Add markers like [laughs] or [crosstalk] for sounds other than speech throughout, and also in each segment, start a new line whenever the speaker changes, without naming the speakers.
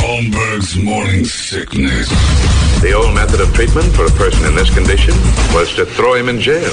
Holmberg's morning sickness.
The old method of treatment for a person in this condition was to throw him in jail.
98.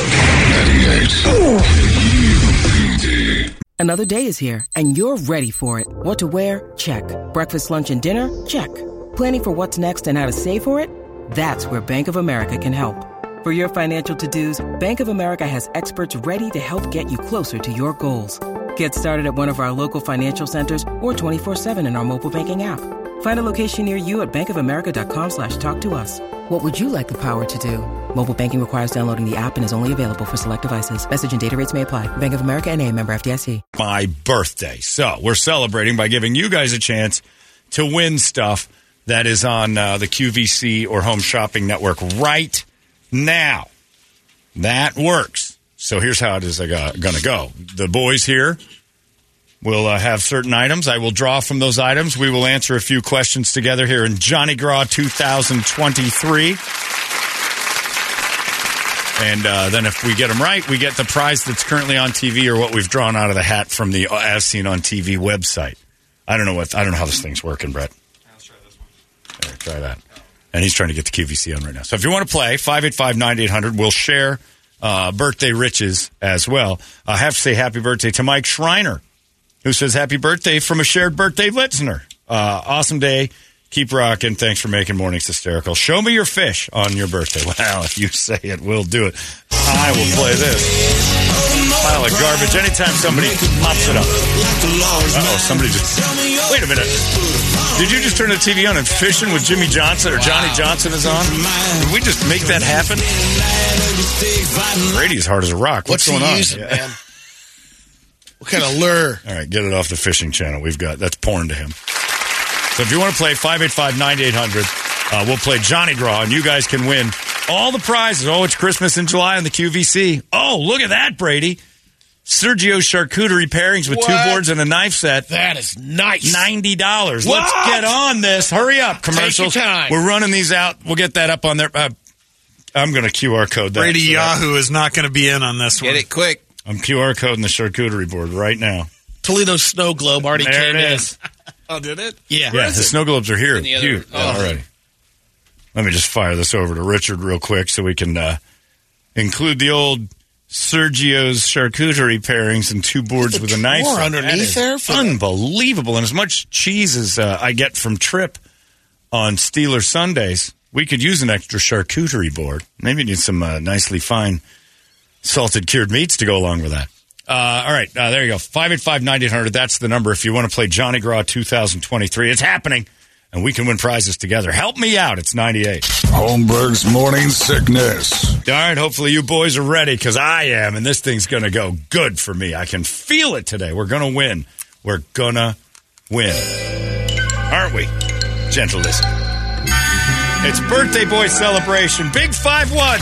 UPD.
Another day is here, and you're ready for it. What to wear? Check. Breakfast, lunch, and dinner? Check. Planning for what's next and how to save for it? That's where Bank of America can help. For your financial to-dos, Bank of America has experts ready to help get you closer to your goals. Get started at one of our local financial centers or 24-7 in our mobile banking app. Find a location near you at bankofamerica.com slash talk to us. What would you like the power to do? Mobile banking requires downloading the app and is only available for select devices. Message and data rates may apply. Bank of America and a member FDIC.
my birthday. So we're celebrating by giving you guys a chance to win stuff that is on uh, the QVC or Home Shopping Network right now. That works. So here's how it is going to go. The boys here will uh, have certain items. I will draw from those items. We will answer a few questions together here in Johnny Graw 2023. And uh, then if we get them right, we get the prize that's currently on TV or what we've drawn out of the hat from the uh, As Seen on TV website. I don't know what I don't know how this thing's working, Brett. Let's try this one. try that. And he's trying to get the QVC on right now. So if you want to play, 585-9800, we'll share uh, birthday riches as well. I have to say happy birthday to Mike Schreiner, who says happy birthday from a shared birthday listener. Uh, awesome day. Keep rocking. Thanks for making mornings hysterical. Show me your fish on your birthday. [laughs] Well, if you say it, we'll do it. I will play this. Pile of garbage. Anytime somebody pops it up. Uh-oh, somebody just... Wait a minute. Did you just turn the TV on and Fishing with Jimmy Johnson or Johnny Johnson is on? Did we just make that happen? Brady's hard as a rock. What's,
What's
going
he
on?
using,
Yeah.
man? What kind of lure?
All right, get it off the fishing channel. We've got that's porn to him. So if you want to play 585 9800, uh, we'll play Johnny Draw, and you guys can win all the prizes. Oh, it's Christmas in July on the QVC. Oh, look at that, Brady. Sergio charcuterie pairings with two
What?
boards and a knife set.
That is nice.
Ninety dollars. Let's
What?
get on this. Hurry up, commercials.
your time.
We're running these out. We'll get that up on there. Uh, I'm going to QR code that.
Brady
so that-
Yahoo is not going to be in on this one.
Get it quick.
I'm QR coding the charcuterie board right now.
Toledo snow globe already
There
came
it
in. [laughs]
is.
Oh, did it?
Yeah.
Yeah, the [laughs] snow globes are here.
the other-
Huge.
oh.
Yeah, already. Let me just fire this over to Richard real quick so we can uh, include the old Sergio's charcuterie pairings and two boards with a knife.
drawer
set.
underneath
That is
there for-
unbelievable. And as much cheese as uh, I get from Trip on Steeler Sundays, we could use an extra charcuterie board. Maybe need some uh, nicely fine salted cured meats to go along with that. Uh, all right, uh, there you go. 585 9800. That's the number if you want to play Johnny Graw 2023. It's happening, and we can win prizes together. Help me out. It's 98.
Holmberg's morning sickness.
All right, hopefully you boys are ready because I am, and this thing's going to go good for me. I can feel it today. We're going to win. We're going to win. Aren't we? Gentle listen. It's birthday boy celebration. Big 5 1.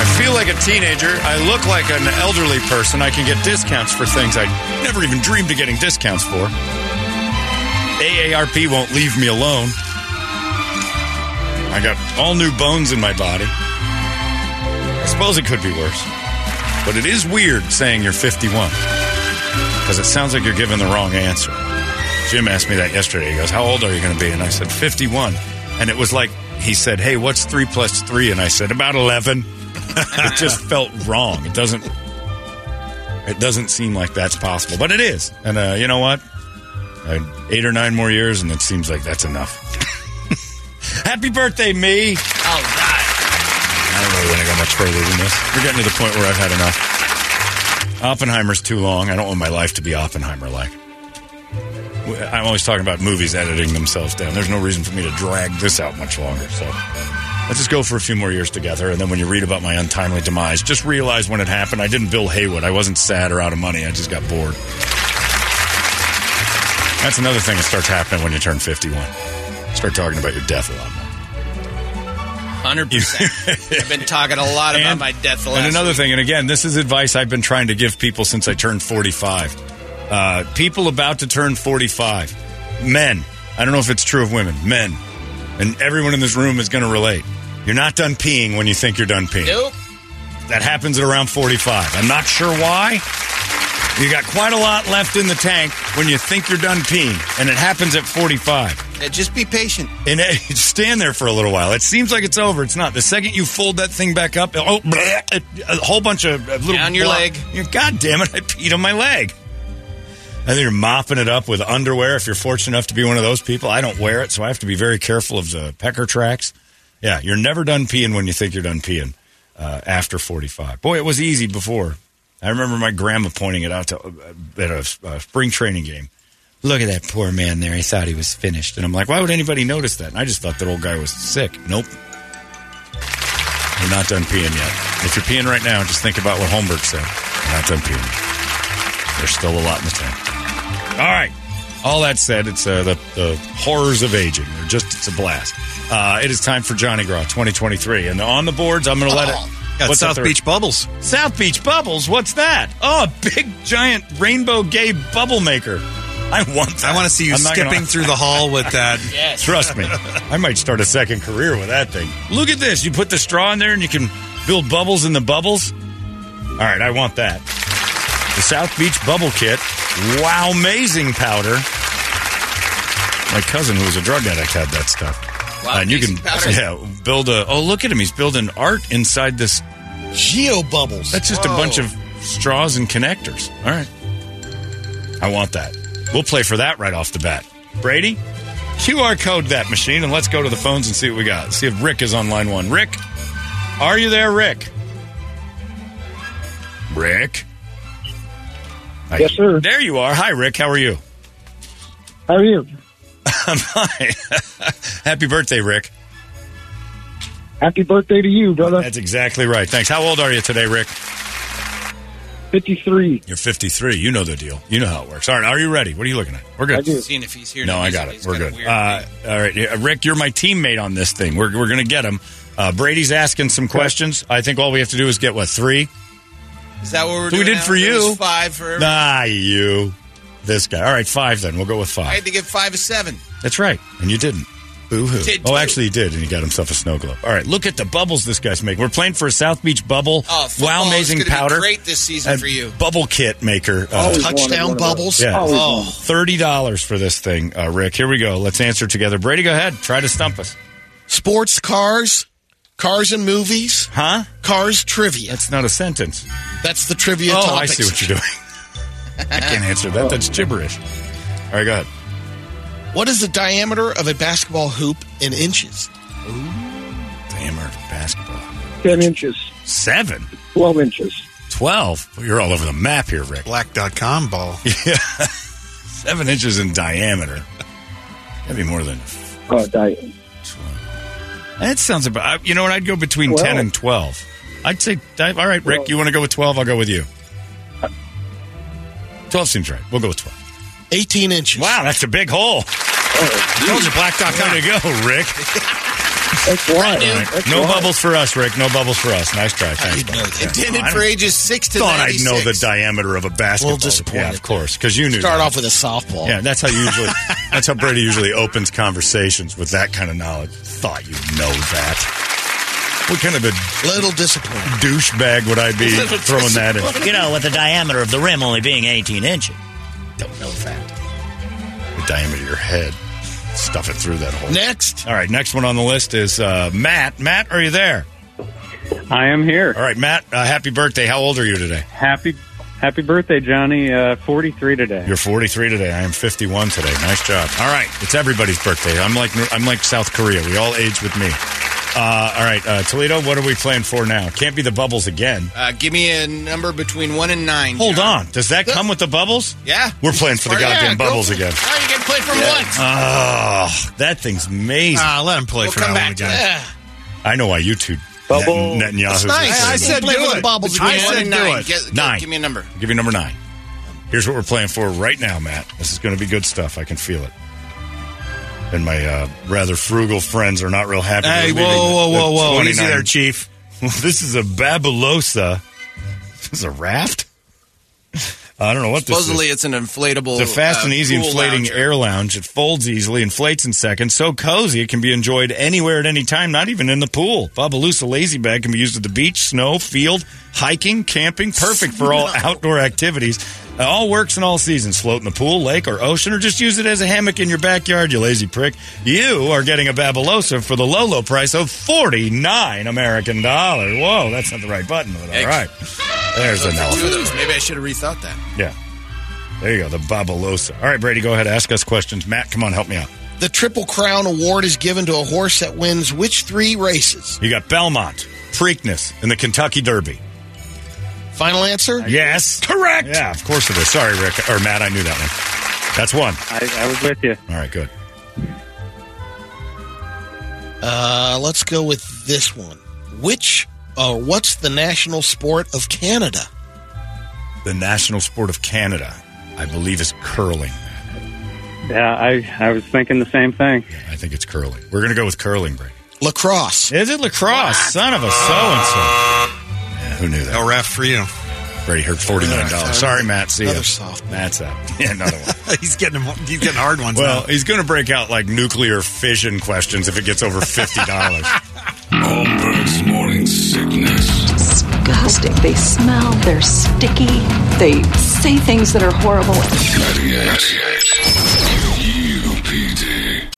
I feel like a teenager. I look like an elderly person. I can get discounts for things I never even dreamed of getting discounts for. AARP won't leave me alone. I got all new bones in my body. I suppose it could be worse. But it is weird saying you're 51 because it sounds like you're giving the wrong answer. Jim asked me that yesterday. He goes, How old are you going to be? And I said, 51. And it was like, he said, Hey, what's 3 plus 3? And I said, About 11. [laughs] it just felt wrong. It doesn't. It doesn't seem like that's possible, but it is. And uh, you know what? Uh, eight or nine more years, and it seems like that's enough. Happy birthday, me!
All right.
I don't really want to go much further than this. We're getting to the point where I've had enough. Oppenheimer's too long. I don't want my life to be Oppenheimer like. I'm always talking about movies editing themselves down. There's no reason for me to drag this out much longer. So let's just go for a few more years together. And then when you read about my untimely demise, just realize when it happened, I didn't bill Haywood. I wasn't sad or out of money. I just got bored. That's another thing that starts happening when you turn 51. Start talking about your death a lot more.
Hundred percent. I've been talking a lot about my death. The last
and another
week.
thing, and again, this is advice I've been trying to give people since I turned 45. Uh, people about to turn 45, men, I don't know if it's true of women, men, and everyone in this room is going to relate. You're not done peeing when you think you're done peeing.
Nope.
That happens at around 45. I'm not sure why. You got quite a lot left in the tank when you think you're done peeing, and it happens at 45.
Yeah, just be patient.
And [laughs] it, you stand there for a little while. It seems like it's over. It's not. The second you fold that thing back up, oh, [laughs] bleh, it- a whole bunch of of little
Down your
blob-
leg.
You're, God damn it! I peed on my leg. And then you're mopping it up with underwear. If you're fortunate enough to be one of those people, I don't wear it, so I have to be very careful of the pecker tracks. Yeah, you're never done peeing when you think you're done peeing uh, after 45. Boy, it was easy before. I remember my grandma pointing it out to, at a uh, spring training game look at that poor man there. He thought he was finished. And I'm like, why would anybody notice that? And I just thought that old guy was sick. Nope. You're not done peeing yet. If you're peeing right now, just think about what Holmberg said. You're not done peeing. There's still a lot in the tank. All right. All that said, it's uh, the, the horrors of aging. They're just, it's a blast. Uh, it is time for Johnny Gras 2023. And on the boards, I'm going to let it.
Got
What's up
South
there?
Beach Bubbles.
South Beach Bubbles, what's that? Oh, a big giant rainbow gay bubble maker. I want that.
I want to see you
I'm not gonna-
skipping through the hall
[laughs]
with that.
Yes.
Trust me, I might start a second career with that thing. Look at this. You put the straw in there and you can build bubbles in the bubbles. All right, I want that. The South Beach Bubble Kit. Wow, amazing powder. My cousin, who was a drug addict, had that stuff.
Wow,
and you can
amazing powder.
yeah, build a. Oh, look at him. He's building art inside this
Geo bubbles.
that's just a
Whoa.
bunch of straws and connectors. All right. I want that. We'll play for that right off the bat. Brady, QR code that machine and let's go to the phones and see what we got. See if Rick is on line one. Rick, are you there, Rick? Rick?
Yes, sir.
There you are. Hi, Rick. How are you? [laughs]
How are you?
I'm fine. [laughs] Happy birthday, Rick.
Happy birthday to you, brother.
That's exactly right. Thanks. How old are you today, Rick?
53.
You're 53. You know the deal. You know how it works. All right. Are you ready? What are you looking at? We're good.
I do.
Seeing if he's here.
No, I
He's-
got it.
he's
We're
got a
good.
weird
Uh, all right, yeah, Rick, you're my teammate on this thing. We're, we're going to get him. Uh, Brady's asking some questions. I think all we have to do is get what three.
thing. Is that what we're
So we did
doing? now?
for
It
you.
was five for.
Ah, you, this guy. All right, five then. We'll go with
I
five.
had to give five a seven.
That's right, and you didn't. Boo hoo.
Did
Oh,
too.
actually, he did, and he got himself a snow globe. All right, look at the bubbles this guy's making. We're playing for a South Beach bubble.
Uh,
Oh,
wow,
football is
amazing
gonna be
powder.
great this season
and
for you.
Bubble kit maker. Uh,
Always wanted
touchdown
one of those.
bubbles?
Yeah.
Always
Oh.
wanted.
Thirty dollars for this thing, uh, Rick. Here we go. Let's answer together. Brady, go ahead. Try to stump us.
Sports cars, cars and movies,
Huh?
cars trivia.
That's not a sentence.
That's the trivia
oh,
topics.
I see what you're doing.
[laughs]
I can't answer that. That's gibberish. All right, go ahead.
What is the diameter of a basketball hoop in inches?
Damn her basketball.
10 inches,
Seven?
12 inches.
Twelve? Well, You're all over the map here, Rick.
Black.com ball.
[laughs] Seven inches in diameter. That'd be more than.
Uh, diet.
That sounds about. I- You know what? I'd go between ten
Twelve.
and twelve. I'd say. All right, Rick.
Twelve. Uh,
You want to go with twelve? I'll go with you. Twelve seems right. We'll go with twelve.
18 inches.
Wow, that's a big hole.
Oh,
Told you, black.com. Way to go, Rick.
That's why.
All right.
That's
No
why.
bubbles for us, Rick. No bubbles for us. Nice try. Thanks. bud. Yeah.
Intended
I
for
don't-
ages six to
thought I'd
96.
know the diameter of a basketball.
disappointed
Yeah, of course, because you knew.
Start
that.
off with a softball.
Yeah, that's how you usually. that's how Brady usually opens conversations with that kind of knowledge. Thought you know that. What kind of a
Little disappointed.
douchebag would I be throwing that in?
You know, with the diameter of the rim only being 18 inches.
Don't know that. The diameter of your head. Stuff it through that hole.
Next.
All right, next one on the list is uh, Matt. Matt, are you there?
I am here.
All right, Matt. Uh, happy birthday. How old are you today?
Happy happy birthday, Johnny. Uh, 43 today.
You're 43 today. I am 51 today. Nice job. All right, it's everybody's birthday. I'm like I'm like South Korea. We all age with me. Uh, all right, uh, Toledo. What are we playing for now? Can't be the bubbles again.
Uh, give me a number between one and nine.
Hold
John.
on. Does that come with the bubbles?
Yeah.
We're playing for the
Or, yeah,
goddamn
go
bubbles
for-
again.
All right, you can play from one.
Oh, that thing's amazing.
Ah, let him play
We'll
for
come
that one
back to
again.
that.
I know why you two
Bubble.
Net, Netanyahu's.
That's nice.
are-
I said Play do with it. the bubbles
Between
again.
one
I
and
said do
nine.
it.
Get-
Nine.
Give me a number.
I'll give you number nine. Here's what we're playing for right now, Matt. This is going to be good stuff. I can feel it. And my uh, rather frugal friends are not real happy. they're
Hey,
leaving
whoa, whoa,
the- the
whoa, whoa. Easy
29.
there, Chief.
[laughs] this is a Babylosa. This is a raft? I don't know what
Supposedly,
this is.
it's an inflatable.
It's a fast
uh,
and easy
pool
inflating
lounger.
air lounge. It folds easily, inflates in seconds. So cozy, it can be enjoyed anywhere at any time, not even in the pool. Babalusa Lazy Bag can be used at the beach, snow, field, hiking, camping. Perfect for all outdoor activities. It all works in all seasons. Float in the pool, lake, or ocean, or just use it as a hammock in your backyard, you lazy prick. You are getting a Babylosa for the low, low price of 49 American dollars. Whoa, that's not the right button, but all
Yikes.
right. There's
Those
an
are two
elephant.
of those. Maybe I should have rethought that.
Yeah. There you go, the Babylosa. All right, Brady, go ahead. Ask us questions. Matt, come on, help me out.
The Triple Crown Award is given to a horse that wins which three races?
You got Belmont, Preakness, and the Kentucky Derby.
Final answer?
Yes. Correct. Yeah, of course it is. Sorry, Rick. Or Matt, I knew that one. That's one.
I, I was with you.
All right, good.
Uh, let's go with this one. Which or what's the national sport of Canada?
The national sport of Canada, I believe, is curling.
Yeah, I, I was thinking the
[laughs]
same thing.
Yeah, I think it's curling. We're going to go with curling, Brady.
Lacrosse.
Is it lacrosse? Son of a so and so. Who knew that?
No ref for you.
Brady heard $49. Sorry, Matt. See
Another
ya.
soft.
Matt's out. [laughs] Yeah, another one.
he's getting him, he's getting hard ones.
Well,
Well,
he's going to break out like nuclear fission questions if it gets over $50.
Holmberg's morning sickness.
disgusting. They smell, they're sticky, they say things that are horrible.
98. UPD.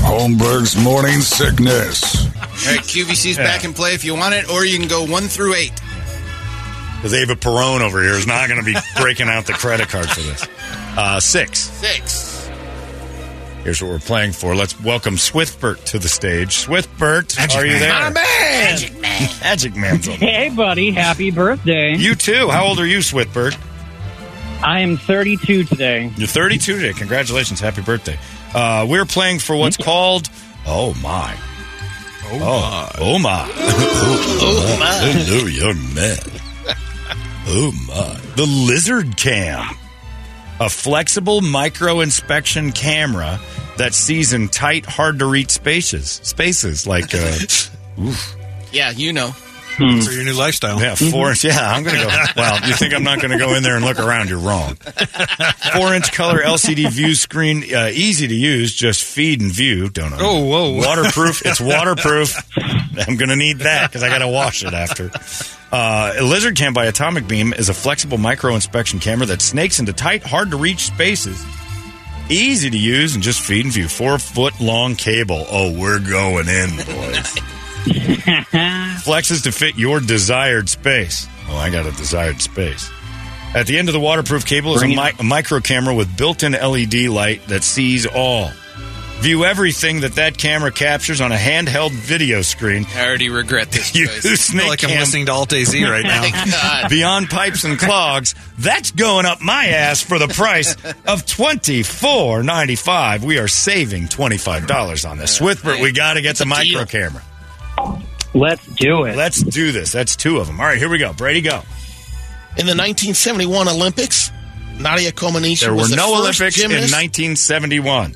Holmberg's morning sickness.
All right, QVC's back in play if you want it, or you can go one through eight.
Because Ava Perone over here is not going to be breaking out the credit card for this. Uh, six.
Six.
Here's what we're playing for. Let's welcome Swiftbert to the stage. Swiftbert, are you there?
man.
Magic Man's on.
Hey, buddy. Happy birthday.
You too. How old are you, Swiftbert?
I am 32 today.
You're 32 today. Congratulations. Happy birthday. Uh, we're playing for what's called Oh My. Oh, oh my. [laughs] Oh my. Hello, young man. [laughs] Oh my. The Lizard Cam. A flexible micro inspection camera that sees in tight, hard to reach spaces. Spaces like, uh,
Yeah, you know.
for your new lifestyle.
yeah, 4 inch. Yeah, I'm going to go. Well, you think I'm not going to go in there and look around? You're wrong. Four inch color LCD view screen. Uh, easy to use. Just feed and view. Don't know.
Oh, whoa.
Waterproof. It's waterproof. I'm going to need that because I got to wash it after. Uh, Lizard Cam by Atomic Beam is a flexible micro inspection camera that snakes into tight, hard to reach spaces. Easy to use and just feed and view. Four foot long cable. Oh, we're going in, boys. Flexes to fit your desired space. Oh, I got a desired space. At the end of the waterproof cable is a, mi- a micro camera with built-in LED light that sees all. View everything that that camera captures on a handheld video screen.
[laughs] I already regret [laughs] this
You
choice.
I feel
snake
like
cam
I'm listening to Alt AZ right now.
Thank God.
beyond pipes and clogs. That's going up my ass for the price of twenty four ninety five. We are saving twenty five dollars on this. Swithbert, we got to get the micro
deal.
camera.
Let's do it.
Let's do this. That's two of them. All right, here we go. Brady, go.
In the 1971 Olympics, Nadia Comaneci
There were
was the
no
first
Olympics in
gymnast-
1971.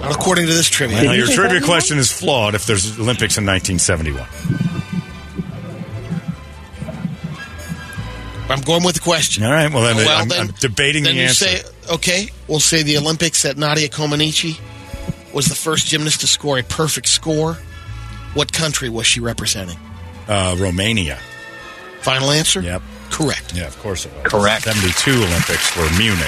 Not according to this trivia.
Now, your trivia question is flawed if there's Olympics in 1971.
I'm going with the question.
All right. Well, then,
Well,
I'm,
then-
I'm debating
Then
the
you
answer.
say, okay, we'll say the Olympics that Nadia Comaneci was the first gymnast to score a perfect score. What country was she representing?
uh, Romania.
Final answer?
Yep.
Correct.
Yeah, of course it was. Correct. 72 Olympics were Munich.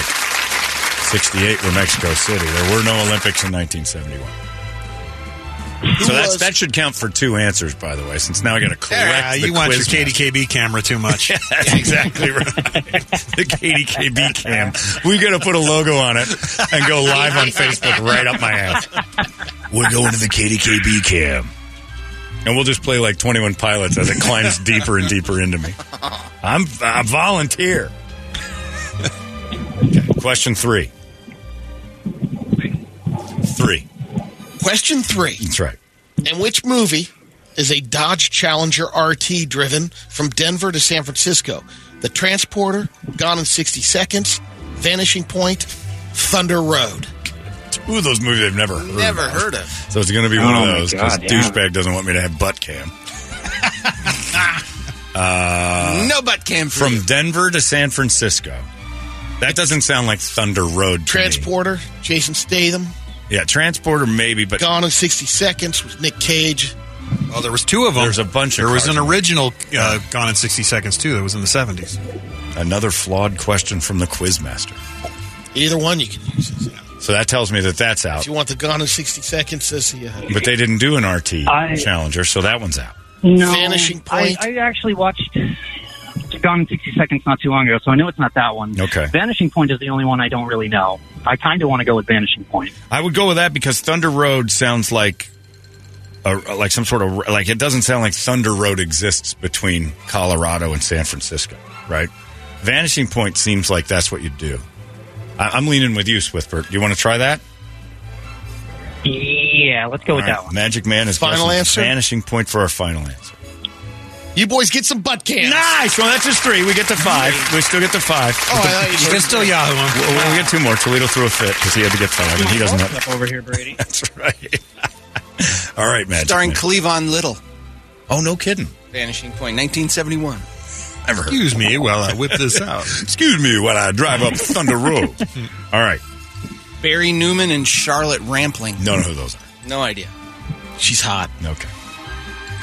68 were Mexico City. There were no Olympics in 1971. So that's,
was-
that should count for two answers, by the way, since now I got to correct
Yeah,
the
you want your
quiz master.
KDKB camera too
[laughs]
much.
That's exactly right. The KDKB cam. We're going to put a logo on it and go live on Facebook right up my ass. We're going to the KDKB cam. And we'll just play like 21 Pilots as it climbs deeper and deeper into me. I'm I volunteer. Okay, question three. Three.
Question three.
That's right.
In which movie is a Dodge Challenger RT driven from Denver to San Francisco. The transporter, gone in 60 seconds, Vanishing Point, Thunder Road.
Two of those movies I've never heard
Never
of.
heard of.
So it's going to be
Oh,
one
my
of those because
God, yeah.
douchebag doesn't want me to have butt cam. uh,
No butt cam for
from
you.
Denver to San Francisco. That doesn't sound like Thunder Road. To me.
Transporter, Jason Statham,
Yeah, transporter maybe, but
gone in 60 seconds with Nick Cage.
Oh, there was two of them.
There's a bunch of
There was
cars
an
in there.
original uh, Gone in 60 Seconds, too, that was in the 70s.
another flawed question from the quizmaster.
Either one you can use.
So that tells me that that's out.
If you want the gone in 60 seconds, uh, this yeah.
But they didn't do an RT
I-
challenger, so that one's out.
No,
Vanishing Point.
I, I actually watched Gone in 60 Seconds not too long ago, so I know it's not that one.
Okay.
Vanishing Point is the only one I don't really know. I kind of want to go with Vanishing Point.
I would go with that because Thunder Road sounds like a, like some sort of like it doesn't sound like Thunder Road exists between Colorado and San Francisco, right? Vanishing Point seems like that's what you'd do. I, I'm leaning with you, Swithbert. Do you want to try that?
Yeah, let's go with
All right.
that one.
Magic Man is
Final
guessing
answer?
Vanishing Point for our final answer.
You boys get some butt cans.
Nice. Well, that's just three. We get to five. We still get to five.
Oh, I thought you said- You can still
Yahoo We'll, we'll get two more. Toledo threw a fit because he had to get five, and he doesn't. Have...
over here, Brady.
[laughs] That's right. All right, Magic
Starring
Man.
Cleavon Little.
Oh, no kidding.
Vanishing Point, 1971.
Never heard.
Excuse me while I whip
[laughs]
this out.
Excuse me while I drive up Thunder Road. All right.
Barry Newman and Charlotte Rampling.
Don't know who those are.
No idea.
She's hot.
Okay.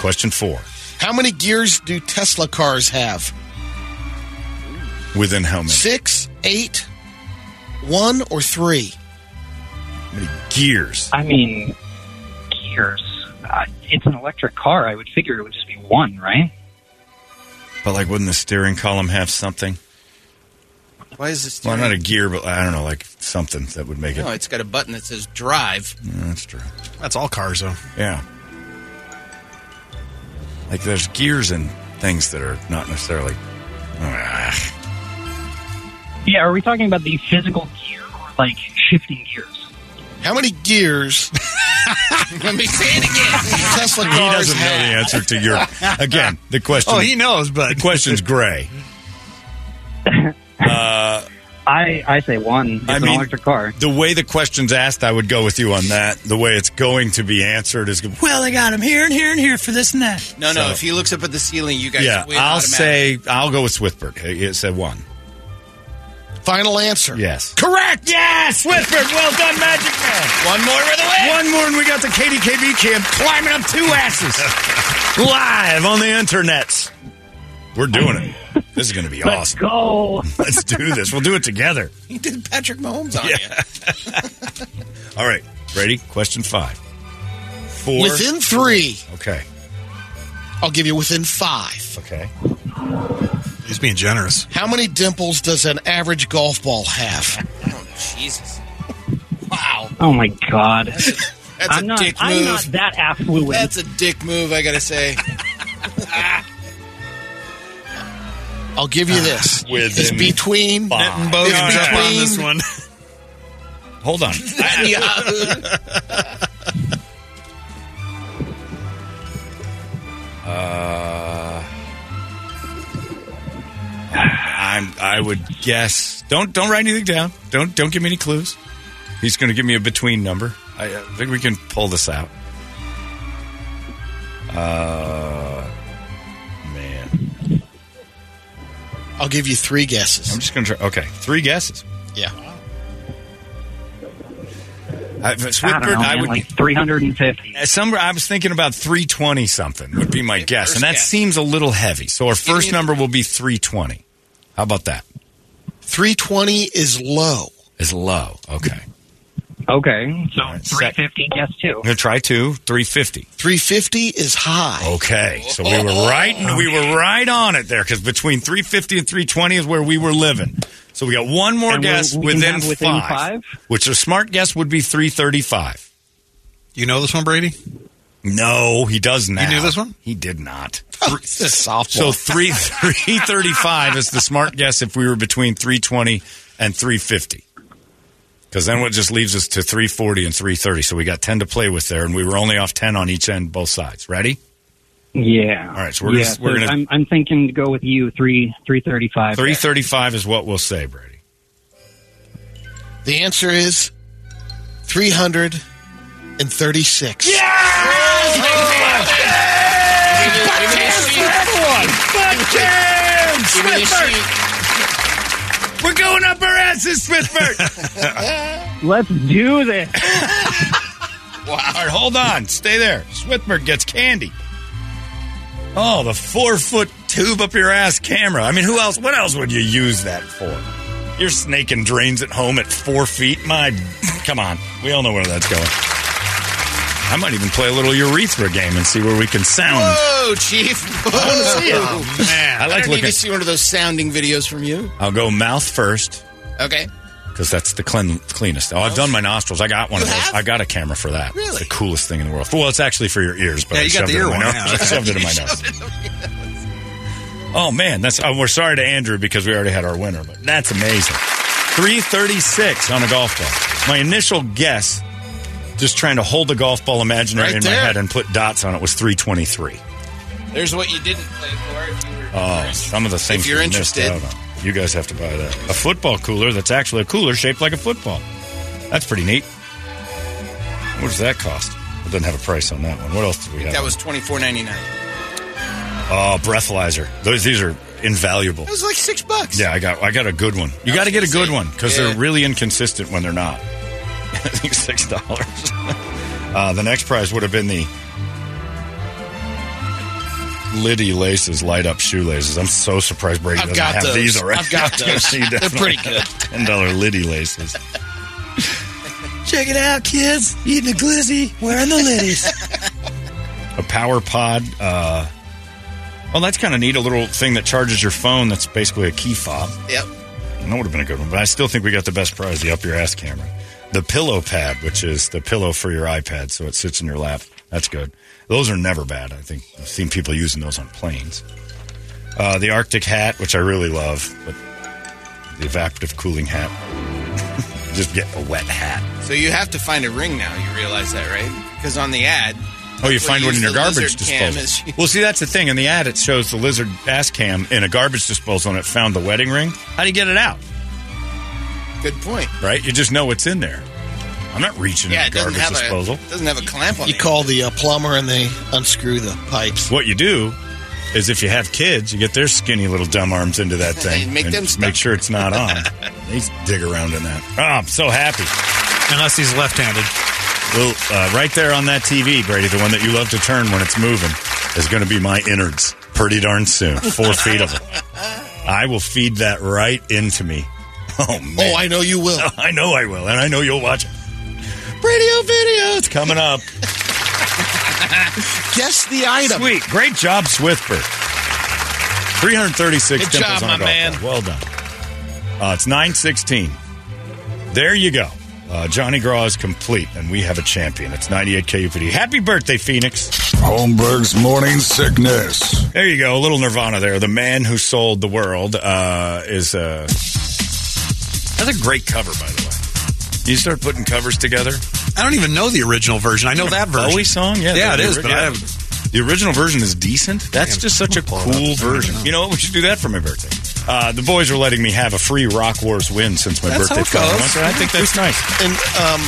Question four.
How many gears do Tesla cars have?
Within how many?
Six, eight, one, or three?
Gears.
I mean, gears. Uh, it's an electric car. I would figure it would just be one, right?
But like, wouldn't the steering column have something?
Why is this?
Well, not a gear, but I don't know, like something that would make it.
no, it's got a button that says drive.
Yeah, that's true.
That's all cars, though.
Yeah. Like there's gears and things that are not necessarily. Ah,
Yeah, are we talking about the physical gear or like shifting gears?
How many
[laughs]
gears? Let me say it again. Tesla
he
cars
doesn't know
have.
the answer to your. Again, the question.
Oh, he knows, but
the question's gray. Uh,
I I say one. It's
I
an
mean,
electric car.
the way the question's asked, I would go with you on that. The way it's going to be answered is.
Well, they got him here and here and here for this and that. No, no.
So-
If he looks up at the ceiling, you guys.
yeah,
win
I'll
automatic.
say I'll go with Swithbert. It said one.
Final answer.
Yes.
Correct.
Yes, Whitford. Well done, Magic Man.
One more with a win.
One more, and we got the KDKB camp climbing up two asses [laughs] live on the internets. We're doing it. This is going to be awesome.
Go.
[laughs] Let's do this. We'll do it together.
[laughs] He did Patrick Mahomes on you.
All right, Brady. Question five. Four.
Within three.
Okay.
I'll give you within five.
Okay.
He's being generous.
How many dimples does an average golf ball have?
Oh, Jesus. Wow.
Oh my god.
That's
I'm
a
not-
dick move.
I'm not that affluent.
That's a dick move, I
[laughs]
gotta say.
I'll give
[laughs]
you this. it's between.
Five.
It's
All right.
between.
one.
[laughs] Hold on. Uh, I'm. I would guess. Don't don't write anything down. Don't don't give me any clues. He's going to give me a between number. I, uh think we can pull this out. Uh, man,
I'll give you three guesses.
I'm just going to try. Okay, three guesses.
Yeah.
I,
I don't know, man, like 350.
Uh, Some I was thinking about 320 something would be my guess, and that
guess.
seems a little heavy. So our first number will be 320. How about that?
320 is low.
Is low. Okay,
Okay, so
sec-
350. Guess two.
I'm gonna try two 350.
350 is high.
Okay, so we were right.
Oh.
We were right on it there because between 350 and 320 is where we were living. So we got one more
And we-
guess
we can
within,
have within
five,
five?
which a smart guess would be 335.
You know this one, Brady?
No, he does now.
knew this one? Oh,
He did
[laughs]
not.
It's a softball.
So three three thirty five is the smart guess if we were between three twenty and three fifty. Because then what just leaves us to three forty and three thirty. So we got ten to play with there, and we were only off ten on each end, both sides. Ready?
Yeah.
All right, so we're
yeah,
gonna, we're
so
gonna
I'm, I'm thinking to go with you three three thirty five.
three thirty five is what we'll say, Brady.
The answer is 336. [laughs]
We're going up our asses, Smithbert.
Let's do this.
[laughs] Wow. All right, hold on. Stay there. Switberg gets candy. Oh, the four foot tube up your ass camera. I mean, who else? What else would you use that for? You're snaking drains at home at four feet. My, come on. We all know where that's going. I might even play a little urethra game and see where we can sound.
Whoa, Chief.
wanna
[laughs]
see it.
Oh, man.
I like
I don't need
looking-
to see one of those sounding videos from you.
I'll go mouth first
Okay.
because that's the clean, cleanest. Oh, I've done my nostrils. I got one of those. I got a camera for that. Really? It's the coolest thing in the world. Well, it's actually for your ears, but
Yeah,
I
you got
shoved
the
it
ear
in my
one
nose.
now.
[laughs] I shoved it in my
You
nose. Oh man, that's oh, we're sorry to Andrew because we already had our winner, but that's amazing. 336 on a golf ball. My initial guess, just trying to hold the golf ball imaginary
Right
in
there.
my head and put dots on it, was 323.
There's what you didn't play for. If you were
Oh, some of the things
If you're
we missed
interested.
out on. You guys have to buy that. A football cooler that's actually a cooler shaped like a football. That's pretty neat. What does that cost? It doesn't have a price on that one. What else do we have?
That was twenty four ninety nine.
Oh, breathalyzer. Those these are invaluable.
That was like six bucks.
Yeah, I got I got a good one. You got to get a good one because they're really inconsistent when they're not. [laughs] I think six dollars. [laughs] uh, the next prize would have been the Liddy laces, light up shoelaces. I'm so surprised Brady
I've
doesn't
got
have
those.
these already. [laughs]
I've got those.
She
They're
definitely
pretty
had Ten dollar Liddy laces.
Check it out, kids. Eating a glizzy, wearing the liddies.
a power pod. Uh, well, that's kind of neat. A little thing that charges your phone. That's basically a key fob.
Yep.
And that would have been a good one, but I still think we got the best prize the up your ass camera. The pillow pad, which is the pillow for your iPad, so it sits in your lap. That's good. Those are never bad. I think I've seen people using those on planes. Uh, the Arctic hat, which I really love, but the evaporative cooling hat. [laughs] Just get a wet hat.
So you have to find a ring now. You realize that, right? Because on the ad.
Oh, you
that's
find
where
one
use
in your
the
garbage
lizard cam
disposal.
as you-
Well, see, that's the thing. In the ad, it shows the lizard ass cam in a garbage disposal, and it found the wedding ring. How do you get it out?
Good point.
Right? You just know it's in there. I'm not reaching
Yeah,
in
it
the
doesn't
garbage
have
disposal.
a doesn't have a clamp on
You
it.
call the uh, plumber and they unscrew the pipes.
What you do is if you have kids, you get their skinny little dumb arms
[laughs]
into that thing.
Make
and
them
just make sure it's not on. they dig around in that. Oh, I'm so happy. Unless he's left-handed. Well, uh, right there on that TV, Brady, the one that you love to turn when it's moving, is going to be my innards pretty darn soon. Four
[laughs]
feet of them. I will feed that right into me. Oh man!
Oh, I know you will.
I know I will, and I know you'll watch it. Radio video, it's coming up.
[laughs] Guess the item.
Sweet. Great job, Swiffer. 336
Good
dimples
job,
on a
my
golf
man.
ball. Well done. Uh, it's 916. There you go. Uh, Johnny Graw is complete, and we have a champion. It's 98 KUPD. Happy birthday, Phoenix.
Holmberg's morning sickness.
There you go. A little Nirvana there. The man who sold the world uh, is Uh, that's a great cover, by the way. You start putting covers together.
I don't even know the original version. I know that version.
Bowie song, yeah,
yeah, it
the-
is.
the-
But
yeah.
I have
the original version is decent. That's just such a cool version. You know what? We should do that for my birthday. Uh, the boys are letting me have a free Rock Wars win since my
That's
birthday.
how it
fell in
goes.
March, and I think that's nice.
And um,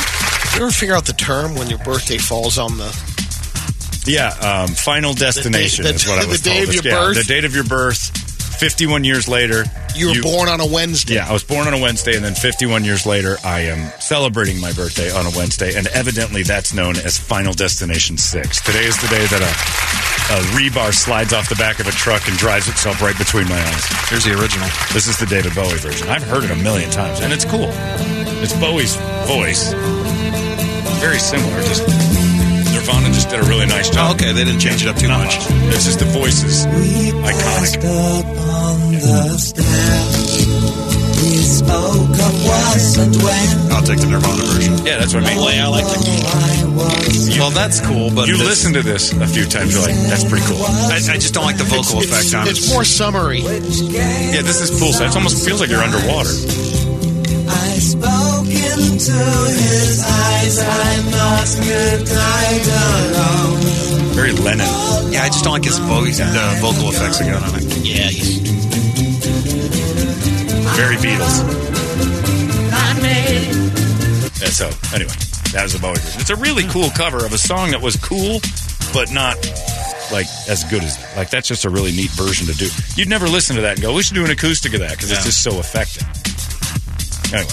you ever figure out the term when your birthday falls on the?
Yeah, um, Final Destination
the-
is what I
the
was
day
told.
of
It's-
your
yeah,
birth?
The date of your birth. Fifty-one years later,
You were born on a Wednesday.
Yeah, I was born on a Wednesday, and then 51 years later, I am celebrating my birthday on a Wednesday, and evidently that's known as Final Destination 6. Today is the day that a, a rebar slides off the back of a truck and drives itself right between my eyes. Here's the original. This is the David Bowie version. I've heard it a million times, and it's cool. It's Bowie's voice. Very similar, just Nirvana just did a really nice job. Oh, okay, they didn't change it up too much. It's just the voices. Iconic.
I'll take the Nirvana version.
Yeah, that's what I mean. I like it. Well, that's cool, but you listen to this a few times, you're like, that's pretty cool.
I, I just don't like the vocal effect on it.
It's more summary.
Yeah, this is poolside. It almost feels like you're underwater.
I spoke into his eyes. I must get tied alone.
Very Lennon
and yeah, I just don't like his voice, the vocal effects that go on it.
Yeah, he's
Very Beatles. And so, anyway, that was the Bowie Group. It's a really cool cover of a song that was cool, but not like as good as that. Like that's just a really neat version to do. You'd never listen to that and go, "We should do an acoustic of that" because it's
Yeah.
just so effective. Anyway,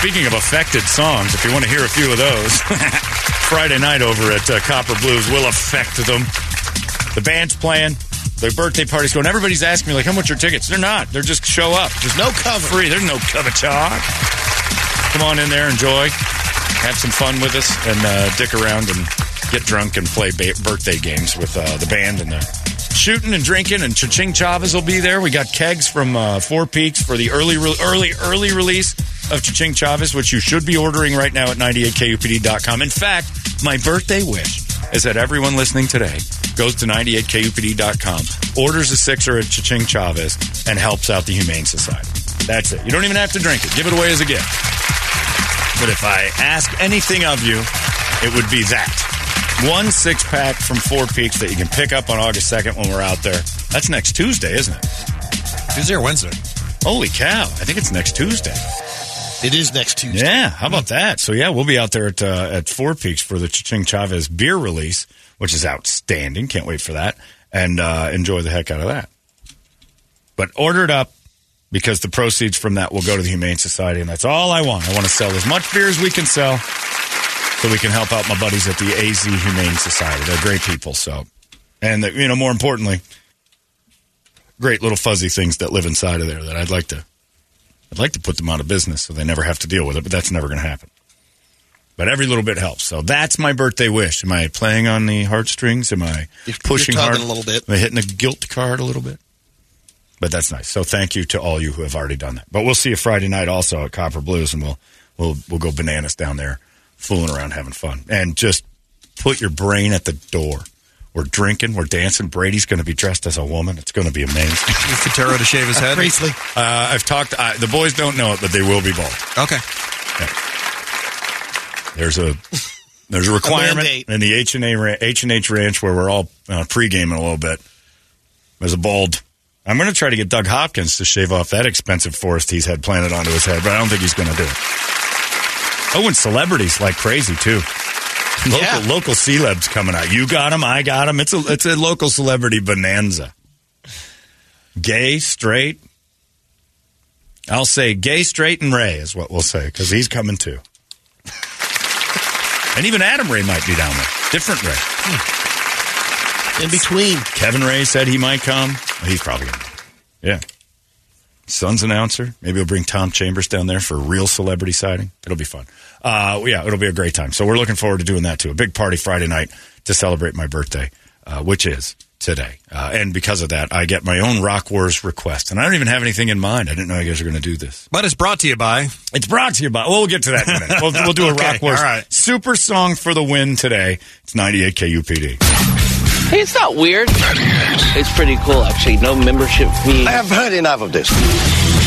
speaking of affected songs, if you want to hear a few of those, [laughs] Friday night over at uh, Copper Blues will affect them. The band's playing. The birthday party's going. Everybody's asking me like, "How much are tickets?" They're not. They're just show up. There's no cover. Free. There's no cover talk come on in there, enjoy, have some fun with us, and uh, dick around and get drunk and play ba- birthday games with uh, the band and the shooting and drinking. And Chaching Chavez will be there. We got kegs from uh, Four Peaks for the early, re- early, early release of Chaching Chavez, which you should be ordering right now at 98kupd.com. In fact, my birthday wish is that everyone listening today goes to 98kupd.com, orders a sixer at Chaching Chavez, and helps out the Humane Society. That's it. You don't even have to drink it. Give it away as a gift. But if I ask anything of you, it would be that. One six pack from Four Peaks that you can pick up on August 2nd when we're out there. That's next Tuesday, isn't it? Tuesday or Wednesday? Holy cow. I think it's next Tuesday.
It is next Tuesday.
Yeah, how about that? So yeah, we'll be out there at uh, at Four Peaks for the Ching Chavez beer release, which is outstanding. Can't wait for that, and uh, enjoy the heck out of that. But order it up because the proceeds from that will go to the Humane Society, and that's all I want. I want to sell as much beer as we can sell, so we can help out my buddies at the AZ Humane Society. They're great people, so and that you know more importantly, great little fuzzy things that live inside of there that I'd like to I'd like to put them out of business so they never have to deal with it, but that's never going to happen. But every little bit helps. So that's my birthday wish. Am I playing on the heartstrings? Am I pushing
you're
hard
tugging a little bit.
Am I hitting the guilt card a little bit? But that's nice. So thank you to all you who have already done that. But we'll see you Friday night also at Copper Blues, and we'll we'll we'll go bananas down there, fooling around, having fun, and just put your brain at the door. We're drinking, we're dancing. Brady's going to be dressed as a woman. It's going to be amazing.
Fatero to shave his head?
Briefly. Uh, I've talked. Uh, the boys don't know it, but they will be bald.
Okay.
There's a there's a requirement
mandate.
in the H and A H and H Ranch where we're all uh, pre-gaming a little bit. There's a bald. I'm going to try to get Doug Hopkins to shave off that expensive forest he's had planted onto his head, but I don't think he's going to do it. Oh, and celebrities like crazy too. Local local celebs coming out. You got them, I got them. It's a it's a local celebrity bonanza. Gay, straight. I'll say gay, straight, and Ray is what we'll say because he's coming too. and even Adam Ray might be down there. Different Ray.
In between.
Kevin Ray said he might come. He's probably going to. Yeah. Sun's announcer. Maybe we'll bring Tom Chambers down there for a real celebrity sighting. It'll be fun. Uh, yeah, it'll be a great time. So we're looking forward to doing that too. A big party Friday night to celebrate my birthday, uh, which is today. Uh, and because of that, I get my own Rock Wars request. And I don't even have anything in mind. I didn't know you guys were going to do this.
But it's brought to you by.
It's brought to you by. Well, we'll get to that in a minute. We'll, we'll do
[laughs]
a
Okay,
Rock Wars
all right.
super song for the win today. It's 98 KUPD.
Hey, it's not weird. It's pretty cool, actually. No membership fee. I have heard enough of this.